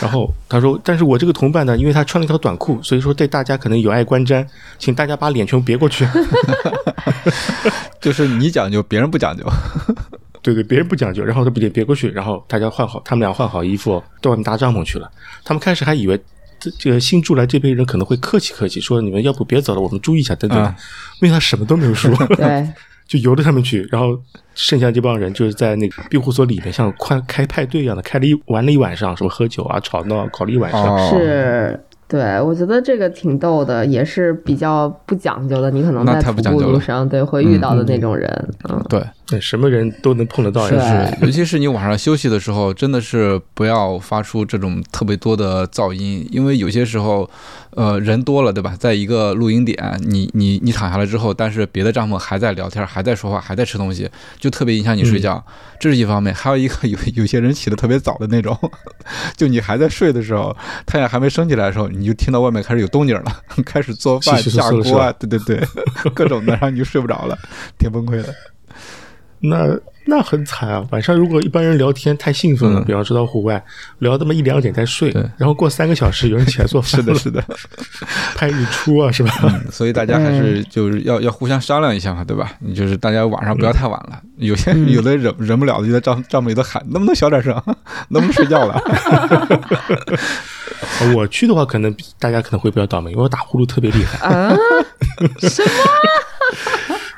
C: 然后他说，但是我这个同伴呢，因为他穿了一条短裤，所以说对大家可能有碍观瞻，请大家把脸全别过去。
A: 就是你讲究，别人不讲究。
C: 对对，别人不讲究，然后他别别过去，然后大家换好，他们俩换好衣服，到外面搭帐篷去了。他们开始还以为这这个新住来这边人可能会客气客气，说你们要不别走了，我们注意一下等等的
A: 啊。
C: 因为他什么都没有 说，
B: 对，
C: 就由着他们去，然后剩下这帮人就是在那个庇护所里面，像快开派对一样的，开了一玩了一晚上，什么喝酒啊、吵闹啊，搞了一晚上。
A: 哦，
B: 是，对，我觉得这个挺逗的，也是比较不讲究的。你可能
A: 那
B: 在
A: 太
B: 徒
A: 不讲
B: 步
A: 究
B: 路
A: 了嗯
B: 上对会遇到的那种人，嗯，
A: 对，
C: 对什么人都能碰得到，
B: 是
C: 也是
B: 对
A: 尤其是你晚上休息的时候，真的是不要发出这种特别多的噪音，因为有些时候，呃，人多了，对吧？在一个露营点，你你你躺下来之后，但是别的帐篷还在聊天，还在说话，还在吃东西，就特别影响你睡觉。这是一方面，还有一个有有些人起得特别早的那种， 就你还在睡的时候，太阳还没升起来的时候，你就听到外面开始有动静了， 开始做饭、
C: 稀稀疏
A: 下
C: 疏了是
A: 锅啊，对对对，各种的，然后你就睡不着了，挺崩溃的。
C: 那那很惨啊！晚上如果一般人聊天太兴奋了，
A: 嗯
C: 比方说到户外聊他妈一两点才睡
A: 对，
C: 然后过三个小时有人起来 做
A: 是
C: 饭
A: 的，
C: 了，
A: 是的。
C: 拍日出啊，是吧？
A: 嗯所以大家还是就是要要互相商量一下嘛，对吧？你就是大家晚上不要太晚了，有些有的忍忍不了的就在帐帐篷里头喊，能不能小点声， 能不能睡觉了？
C: 呃我去的话，可能大家可能会比较倒霉，因为我打呼噜特别厉害。
B: 啊，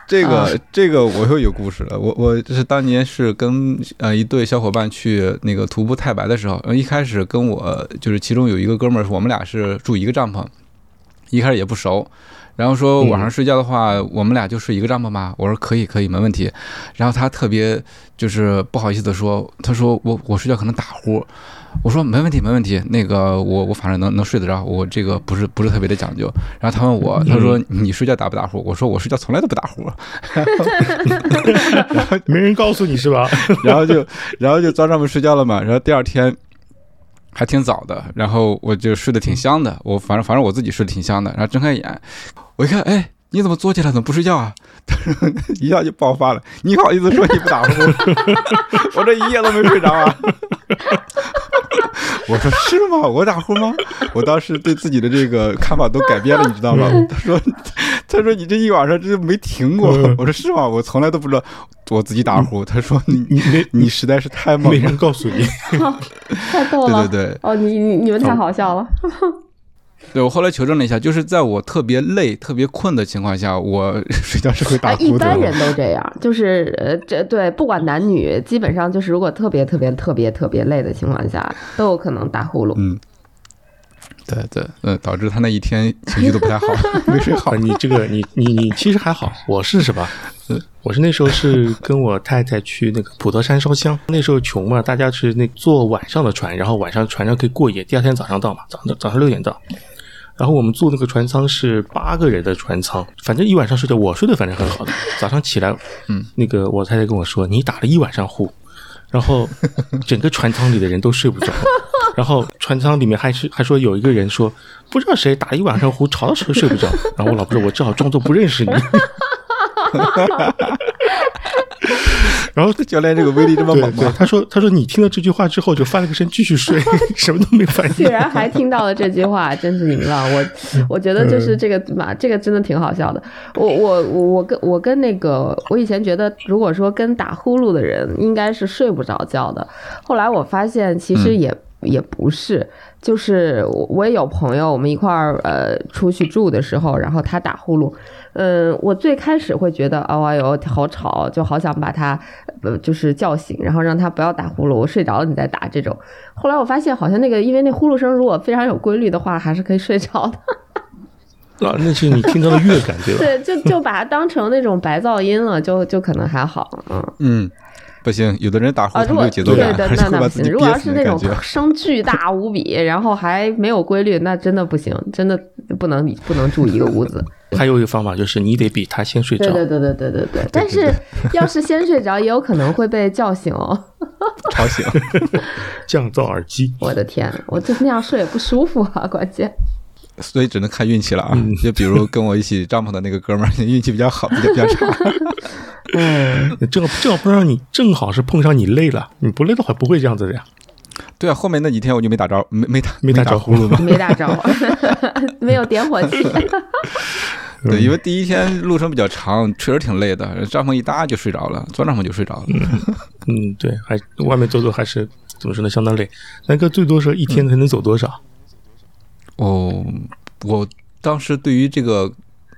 A: 这个这个我又有故事了。我我就是当年是跟呃一对小伙伴去那个徒步太白的时候，呃一开始跟我就是其中有一个哥们儿，我们俩是住一个帐篷，一开始也不熟。然后说晚上睡觉的话，我们俩就睡一个帐篷吧。我说可以，可以，没问题。然后他特别就是不好意思的说，他说我我睡觉可能打呼。我说没问题，没问题。那个我我反正能能睡得着，我这个不是不是特别的讲究。然后他问我，他说你睡觉打不打呼？我说我睡觉从来都不打呼。
C: 没人告诉你是吧？
A: 然后就然后就钻帐篷睡觉了嘛。然后第二天还挺早的，然后我就睡得挺香的，我反正反正我自己睡得挺香的。然后睁开眼，我一看，哎。你怎么坐起来？怎么不睡觉啊？ 他说一下就爆发了。你好意思说你不打呼？ 我这一夜都没睡着啊！ 我说是吗？我打呼吗？我当时对自己的这个看法都改变了，你知道吗？
C: 嗯
A: 他说，他说你这一晚上这没停过。
C: 嗯
A: 我说是吗？我从来都不知道我自己打呼。他说你
C: 你没
A: 你实在是太猛
C: 没
A: 了。
C: 人告诉 你。
B: 太逗了，
A: 对对嗯对
B: 哦，你你你们太好笑了，
A: 对我后来求证了一下，就是在我特别累、特别困的情况下，我 睡觉是会打
B: 啊，一
A: 呼的。
B: 般人都这样，就是呃，这对不管男女，基本上就是如果特别特别特别特别累的情况下，都有可能打呼噜。
A: 嗯，对对，嗯，导致他那一天情绪都不太好， 没睡好
C: 啊，。你这个你你你其实还好，我是什么？我是那时候是跟我太太去那个普陀山烧香，那时候穷嘛，大家是那坐晚上的船，然后晚上船上可以过夜，第二天早上到嘛，早上早上六点到。然后我们坐那个船舱是八个人的船舱，反正一晚上睡觉，我睡得反正很 好的。早上起来，嗯，那个我太太跟我说，你打了一晚上呼，然后整个船舱里的人都睡不 着。然后船舱里面还是还说有一个人说不知道谁打一晚上呼，吵到谁睡不着。然后我老婆说，我只好装作不认识 你。然后
A: 教练这个威力这么
C: 对
A: 猛
C: 对，
A: 吗？
C: 他说他说你听了这句话之后就翻了个身继续 睡，什么都没反
B: 居
C: 应。
B: 然还听到了这句话，真是赢了我。我觉得就是这个嘛，这个真的挺好笑的。我我我我跟我跟那个，我以前觉得，如果说跟打呼噜的人应该是睡不着觉的，后来我发现其实也也不是，就是我我也有朋友，我们一块儿呃出去住的时候，然后他打呼噜，嗯，我最开始会觉得哦哎呦好吵，就好想把他呃就是叫醒，然后让他不要打呼噜，我睡着了你再打这种。后来我发现好像那个因为那呼噜声如果非常有规律的话，还是可以睡着的。
C: 啊，那是你听到的乐感，对吧？
B: 对，就就把它当成那种白噪音了，就就可能还好，嗯。
A: 嗯，不行，有的人打呼
B: 啊，
A: 他没
B: 如果
A: 有节奏
B: 对
A: 感，
B: 对
A: 而且
B: 那
A: 会
B: 那
A: 把
B: 不
A: 自
B: 行。
A: 己
B: 如果
A: 憋
B: 要
A: 死
B: 是
A: 的
B: 那
A: 感
B: 种
A: 觉。
B: 声巨大无比，然后还没有规律，那真的不行，真的不能不能住一个屋子。
C: 还有一个方法就是你得比他先睡
B: 对
C: 着，
B: 对对对对对对。但 是要是先睡着，也有可能会被叫醒哦。
A: 吵醒。
C: 降噪耳机。
B: 我的天，我就那样睡也不舒服啊，关 键。
A: 所以只能看运气了啊。
C: 嗯
A: 就比如跟我一起帐篷的那个哥们儿，运气比较好，比较比较差。
B: 嗯，
C: 正好正好碰上你，正好是碰上你累了，你不累的话不会这样子的呀。
A: 对啊，后面那几天我就没打着，没没打
C: 没打
A: 打
C: 着
A: 呼噜嘛。
B: 没打着， 没有点 火器。
C: 嗯
A: 对，因为第一天路程比较长，确实挺累的，帐篷一搭就睡着了，钻帐篷就睡着了。
C: 嗯，对，还外面走走还是怎么说呢，相当累。南哥最多时候一天才能走多少？
A: 哦，我当时对于这个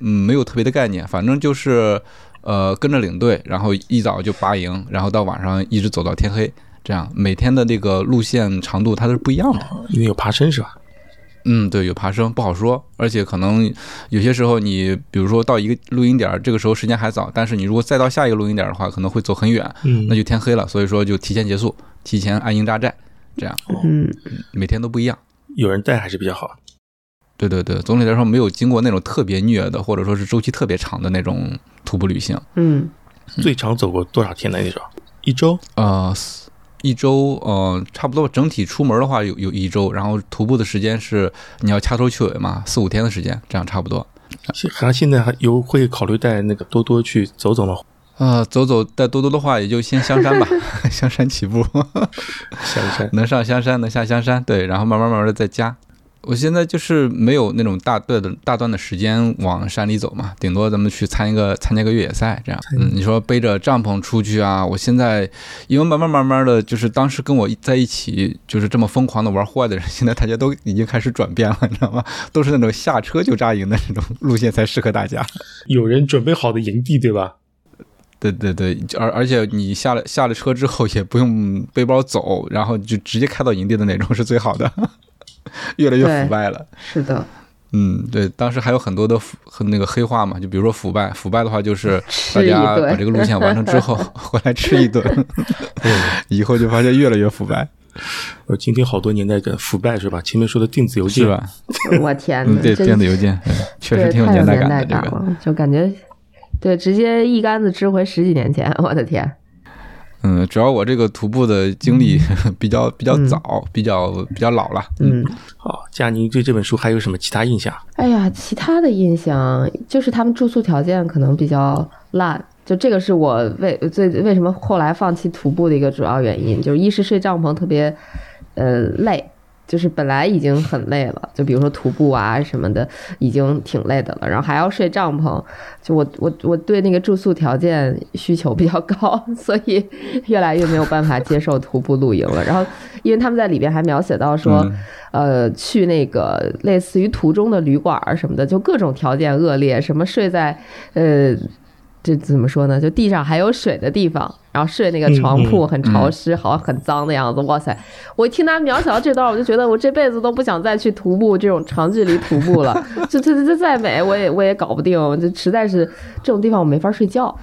A: 嗯没有特别的概念，反正就是呃跟着领队，然后一早就拔营，然后到晚上一直走到天黑，这样每天的这个路线长度它都是不一样的。
C: 因为有爬升是吧？
A: 嗯，对，有爬升不好说，而且可能有些时候你，比如说到一个露营点儿，这个时候时间还早，但是你如果再到下一个露营点儿的话，可能会走很远，
C: 嗯
A: 那就天黑了，所以说就提前结束，提前安营扎寨，这样
B: 嗯，
A: 每天都不一样。
C: 有人带还是比较好。
A: 对对对，总体来说没有经过那种特别虐的，或者说是周期特别长的那种徒步旅行。
B: 嗯，
C: 最长走过多少天呢？那时候一周？
A: 呃，四一周，呃，差不多整体出门的话有有一周，然后徒步的时间是你要掐头去尾嘛，四五天的时间，这样差不多。
C: 现还现在还有会考虑带那个多多去走走吗？
A: 啊，走走带多多的话，也就先香山吧， 香山起步，
C: 下一站
A: 能上香山，能下香山，对，然后慢慢慢慢的再加。我现在就是没有那种大段的大段的时间往山里走嘛，顶多咱们去参一个参加个越野赛这样。嗯，你说背着帐篷出去啊，我现在因为慢慢慢慢的就是当时跟我在一起就是这么疯狂的玩户外的人，现在大家都已经开始转变了，你知道吗？都是那种下车就扎营的那种路线才适合大家。
C: 有人准备好的营地，对吧？
A: 对对对，而而且你下了下了车之后也不用背包走，然后就直接开到营地的那种是最好的， 越来越
B: 对
A: 腐败了。
B: 是的，
A: 嗯，对，当时还有很多的腐和那个黑话嘛，就比如说腐败，腐败的话就是大
B: 吃一
A: 家把
B: 顿
A: 这个路线完成之后 回来吃一 顿，以后就发现越来越腐败，
C: 我今天好多年代梗，腐败是吧？前面说的电子邮件
A: 是？吧？
B: 我天
A: 嗯，
B: 哪，
A: 对，
B: 真
A: 电子邮件嗯确
B: 对，
A: 实
B: 太
A: 挺有
B: 年
A: 年代感的这
B: 感
A: 个。
B: 了，就感觉对，直接一竿子支回十几年前，我的天，
A: 嗯，主要我这个徒步的经历 比较比较早，比较比较老了。
B: 嗯，
C: 好，佳宁对这本书还有什么其他印象？
B: 哎呀，其他的印象就是他们住宿条件可能比较烂。就这个是我为最为什么后来放弃徒步的一个主要原因，就是一是睡帐篷特别，呃累，就是本来已经很累了，就比如说徒步啊什么的，已经挺累的了，然后还要睡帐篷，就我我我对那个住宿条件需求比较高， 所以越来越没有办法接受徒步露营了。然后，因为他们在里边还描写到说，呃，去那个类似于途中的旅馆儿什么的，就各种条件恶劣，什么睡在呃。这怎么说呢？就地上还有水的地方，然后睡那个床铺很潮湿，好像很脏的样子。哇塞！我听他描写到这段，我就觉得我这辈子都不想再去徒步这种长距离徒步了。就这这这再美，我也我也搞不定，这实在是这种地方我没法睡觉。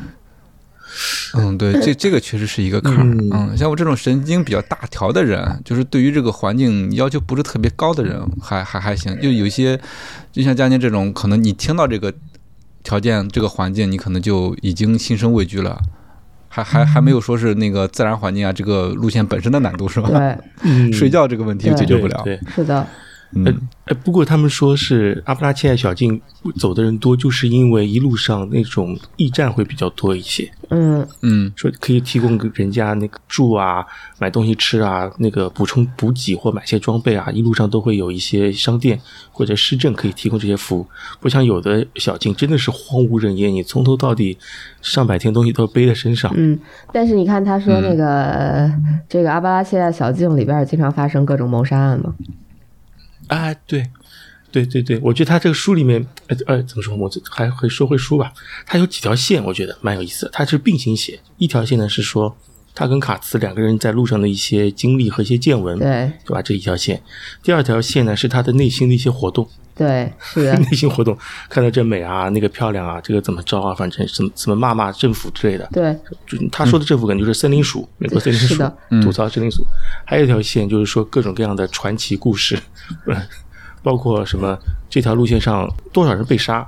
A: 嗯，对，这这个确实是一个坎儿。嗯，像我这种神经比较大条的人，就是对于这个环境要求不是特别高的人，还还还行。就有一些，就像佳宁这种，可能你听到这个条件、这个环境，你可能就已经心生畏惧了。还还还没有说是那个自然环境啊，这个路线本身的难度是吧？
B: 对，
C: 嗯
A: 睡觉这个问题就解决不了。
C: 对，对
B: 是的，
C: 呃，呃，不过他们说是阿布拉契亚小径走的人多，就是因为一路上那种驿站会比较多一些，
B: 嗯
A: 嗯
C: 说可以提供给人家那个住啊、买东西吃啊、那个补充补给或买些装备啊，一路上都会有一些商店或者市政可以提供这些服务。不像有的小径真的是荒无人烟，你从头到底上百天东西都要背在身上。
B: 嗯。但是你看，他说那个、这个阿巴拉契亚小径里边儿经常发生各种谋杀案嘛，
C: 啊，对，对对对，我觉得他这个书里面，呃呃，怎么说？我这还会说回书吧。他有几条线，我觉得蛮有意思的。他是并行写，一条线呢是说他跟卡茨两个人在路上的一些经历和一些见闻，
B: 对
C: 对吧？这一条线。第二条线呢是他的内心的一些活动，
B: 对，是啊的，
C: 内心活动，看到这美啊，那个漂亮啊，这个怎么着啊，反正怎么怎么骂骂政府之类的。
B: 对，
C: 就他说的政府可能就是森林署，美国森林
B: 是
C: 署
B: 的嗯
C: 吐槽森林署。还有一条线就是说各种各样的传奇故事， 包括什么这条路线上多少人被杀，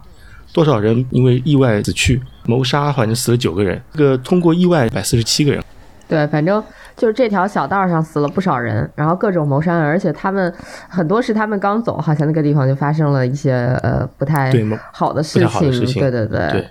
C: 多少人因为意外死去，谋杀反正死了九个人，这个通过意外一百四十七个人。
B: 对，反正就是这条小道上死了不少人，然后各种谋杀案，而且他们很多是他们刚走，好像那个地方就发生了一些呃不太
C: 对吗
B: 好的
C: 不
B: 事
C: 太好的
B: 情，
C: 事情
B: 对对对。
C: 对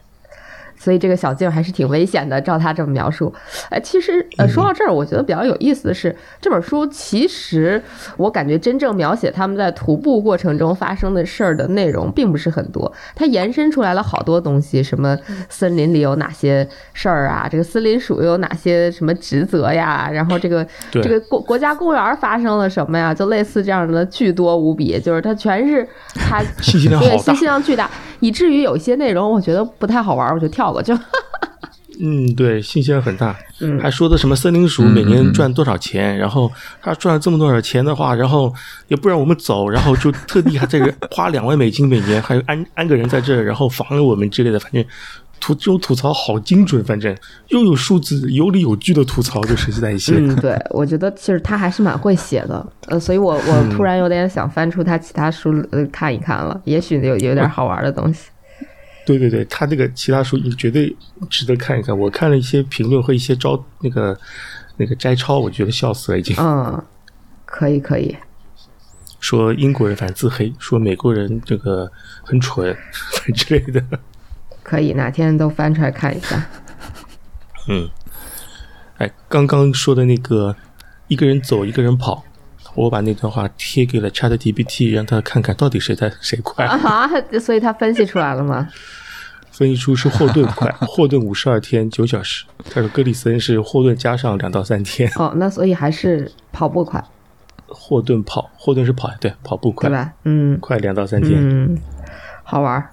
B: 所以这个小径还是挺危险的，照他这么描述。哎，其实呃，说
C: 嗯
B: 到这儿，我觉得比较有意思的是，这本书其实我感觉真正描写他们在徒步过程中发生的事儿的内容并不是很多，它延伸出来了好多东西，什么森林里有哪些事儿啊，这个森林署又有哪些什么职责呀，然后这个
C: 对
B: 这个国国家公园儿发生了什么呀，就类似这样的巨多无比，就是它全是它
C: 信息量好
B: 对
C: 大
B: 信息量巨大，以至于有一些内容我觉得不太好玩儿，我就跳过去了。
C: 嗯，对，信息量很大。
B: 嗯
C: 还说的什么森林署
A: 嗯
C: 每年赚多少钱，然后他赚了这么多少钱的话，然后也不让我们走，然后就特地还在这花两万美金每年，还有安安个人在这儿，然后防着我们之类的，反正。吐这种吐槽好精准，反正又有数字，有理有据的吐槽就实际在一起。
B: 嗯，对，我觉得其实他还是蛮会写的，呃，所以我
C: 嗯
B: 我突然有点想翻出他其他书呃看一看了，也许有有点好玩的东西。
C: 对对对，他这个其他书你绝对值得看一看。我看了一些评论和一些招那个那个摘抄，我觉得笑死了，已经。
B: 嗯，可以可以，
C: 说英国人反正自黑，说美国人这个很蠢 之类的。
B: 可以，哪天都翻出来看一下。
C: 嗯，哎，刚刚说的那个一个人走，一个人跑，我把那段话贴给了 Chat GPT，让他看看到底谁在谁快。
B: 啊，所以他分析出来了吗？
C: 分析出是霍顿快， 霍顿五十二天九小时。他说格里森是霍顿加上两到三天，
B: 哦，那所以还是跑步快，
C: 霍顿跑，霍顿是跑，对，跑步快
B: 对，吧？嗯
C: 快两到三天。
B: 嗯，好玩儿。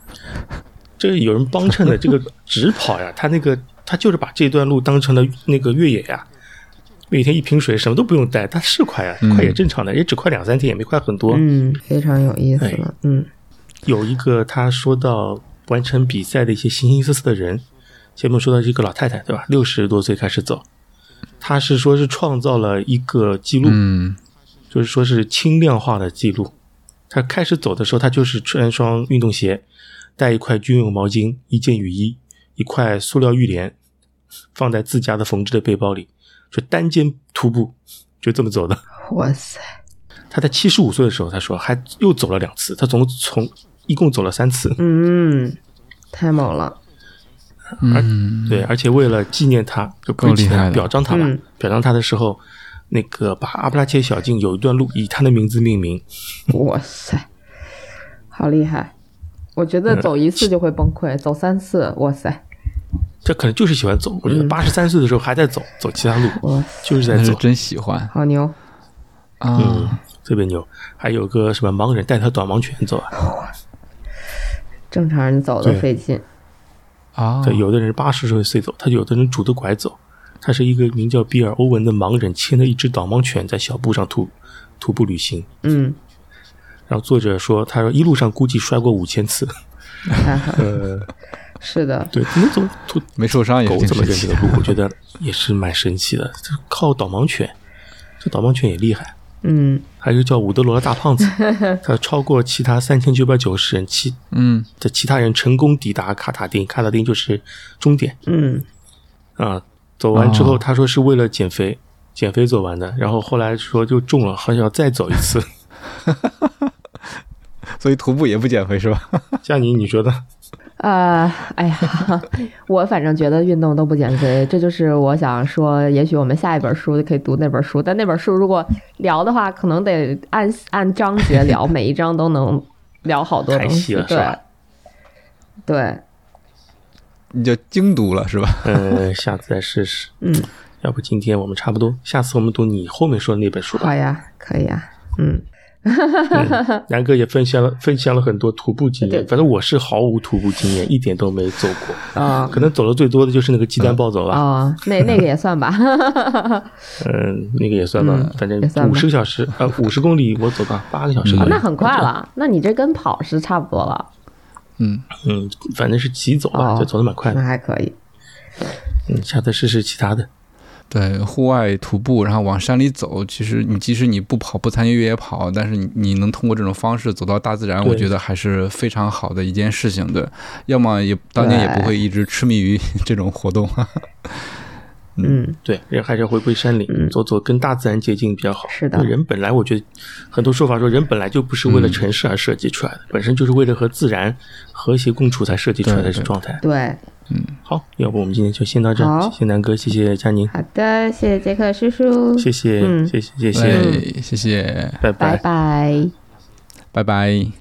C: 这有人帮衬的，这个直跑呀，他那个他就是把这段路当成了那个越野呀，每天一瓶水，什么都不用带，他是快呀，快也正常的，也只快两三天，也没快很多。
B: 嗯，非常有意思
C: 哎
B: 了。嗯
C: 有一个他说到完成比赛的一些形形色色的人，前面说到这个老太太对吧？六十多岁开始走，她是说是创造了一个记录，
A: 嗯
C: 就是说是轻量化的记录。她开始走的时候，她就是穿一双运动鞋，带一块军用毛巾、一件雨衣、一块塑料浴帘，放在自家的缝制的背包里，就单肩徒步，就这么走的。
B: 哇塞，
C: 她在七十五岁的时候，她说还又走了两次，她总共从一共走了三次。
B: 嗯，太猛了。
A: 嗯，
C: 对，而且为了纪念他，就
A: 够厉害的
C: 表彰他吧。
B: 嗯
C: 表彰他的时候，那个把阿布拉切小径有一段路以他的名字命名。
B: 哇塞，好厉害！我觉
C: 嗯
B: 得走一次就会崩溃，走三次，哇塞，
C: 这可能就是喜欢走。我觉得八十三岁的时候还在走，走其 他路，
B: 哇塞，
C: 嗯就是在
A: 那是
C: 走，嗯
A: 真喜欢
B: 好牛！
A: 啊！
C: 特别牛。还有个什么盲人带他导盲犬走啊？
B: 正常人走都
C: 对
B: 费劲，
A: 啊，
C: 对，有的人八十岁走，他有的人拄着拐走。他是一个名叫比尔·欧文的盲人，牵着一只导盲犬在小步上徒徒步旅行。
B: 嗯，
C: 然后作者说，他说一路上估计摔过五千次。
B: 哈哈
C: 呃，
B: 是的，
C: 对，怎么走徒
A: 没受伤也
C: 狗
A: 哎是挺
C: 怎么
A: 神
C: 认
A: 奇
C: 这个
A: 的。
C: 路，我觉得也是蛮神奇的。这靠导盲犬，这导盲犬也厉害。
B: 嗯，
C: 还有一个叫伍德罗的大 胖子，他超过其他三千九百九十人，其
A: 嗯
C: 的其他人成功抵达卡塔丁，卡塔丁就是终点
B: 嗯，
C: 啊。走完之后，
A: 哦
C: 他说是为了减肥， 减肥走完的。然后后来说就中了，好想再走一次。
A: 所以徒步也不减肥是吧？
C: 佳宁，你觉得？
B: 呃，哎呀， 我反正觉得运动都不减肥，这就是我想说，也许我们下一本书可以读那本书，但那本书如果聊的话，可能得按按章节 聊，每一章都能聊好多东西，
C: 太细了是
B: 对
C: 吧，
B: 对，
A: 你就精读了是吧？
C: 呃，下次再试试。
B: 嗯，
C: 要不今天我们差不多，下次我们读你后面说的那本书吧。
B: 好呀，可以啊，嗯，
C: 南哥也分享了分享了很多徒步经验，
B: 对
C: 反正我是毫无徒步经验，一点都没走过，
B: 啊、
C: 可能走的最多的就是那个鸡蛋暴走吧，
B: 哦， 那那个也算吧，
C: 嗯、那个也算吧，反正
B: 嗯也算吧啊
C: 五十个小时， 呃，五十公里我走到八个小时
A: 嗯
C: 左右，
B: 那很快了，那你这跟跑是差不多了，
A: 嗯，
C: 嗯，反正是急走吧，
B: 哦
C: 就走的蛮快
B: 那
C: 的，
B: 还可以，
C: 嗯，下次试试其他的，
A: 对，户外徒步，然后往山里走，其实你即使你不跑，不参与越野跑，但是你你能通过这种方式走到大自然，
C: 对
A: 我觉得还是非常好的一件事情。对，要么也当年也不会一直痴迷于 这种活动。
B: 嗯，
C: 对，人还是要回归山林，走走跟大自然接近比较好。
B: 是的嗯
C: 因为人本来我觉得很多说法说人本来就不是为了城市而设计出来的，本身就是为了和自然和谐共处才设计出来的
A: 对对
C: 状态。
B: 对，
C: 好，要不我们今天就先到这儿，
B: 好
C: 谢谢南哥，谢谢佳宁，
B: 好的，谢谢杰克叔叔，
C: 谢谢，
B: 嗯
C: 谢谢，谢谢，
A: 对，谢谢，
C: 拜
B: 拜拜。
A: 拜拜。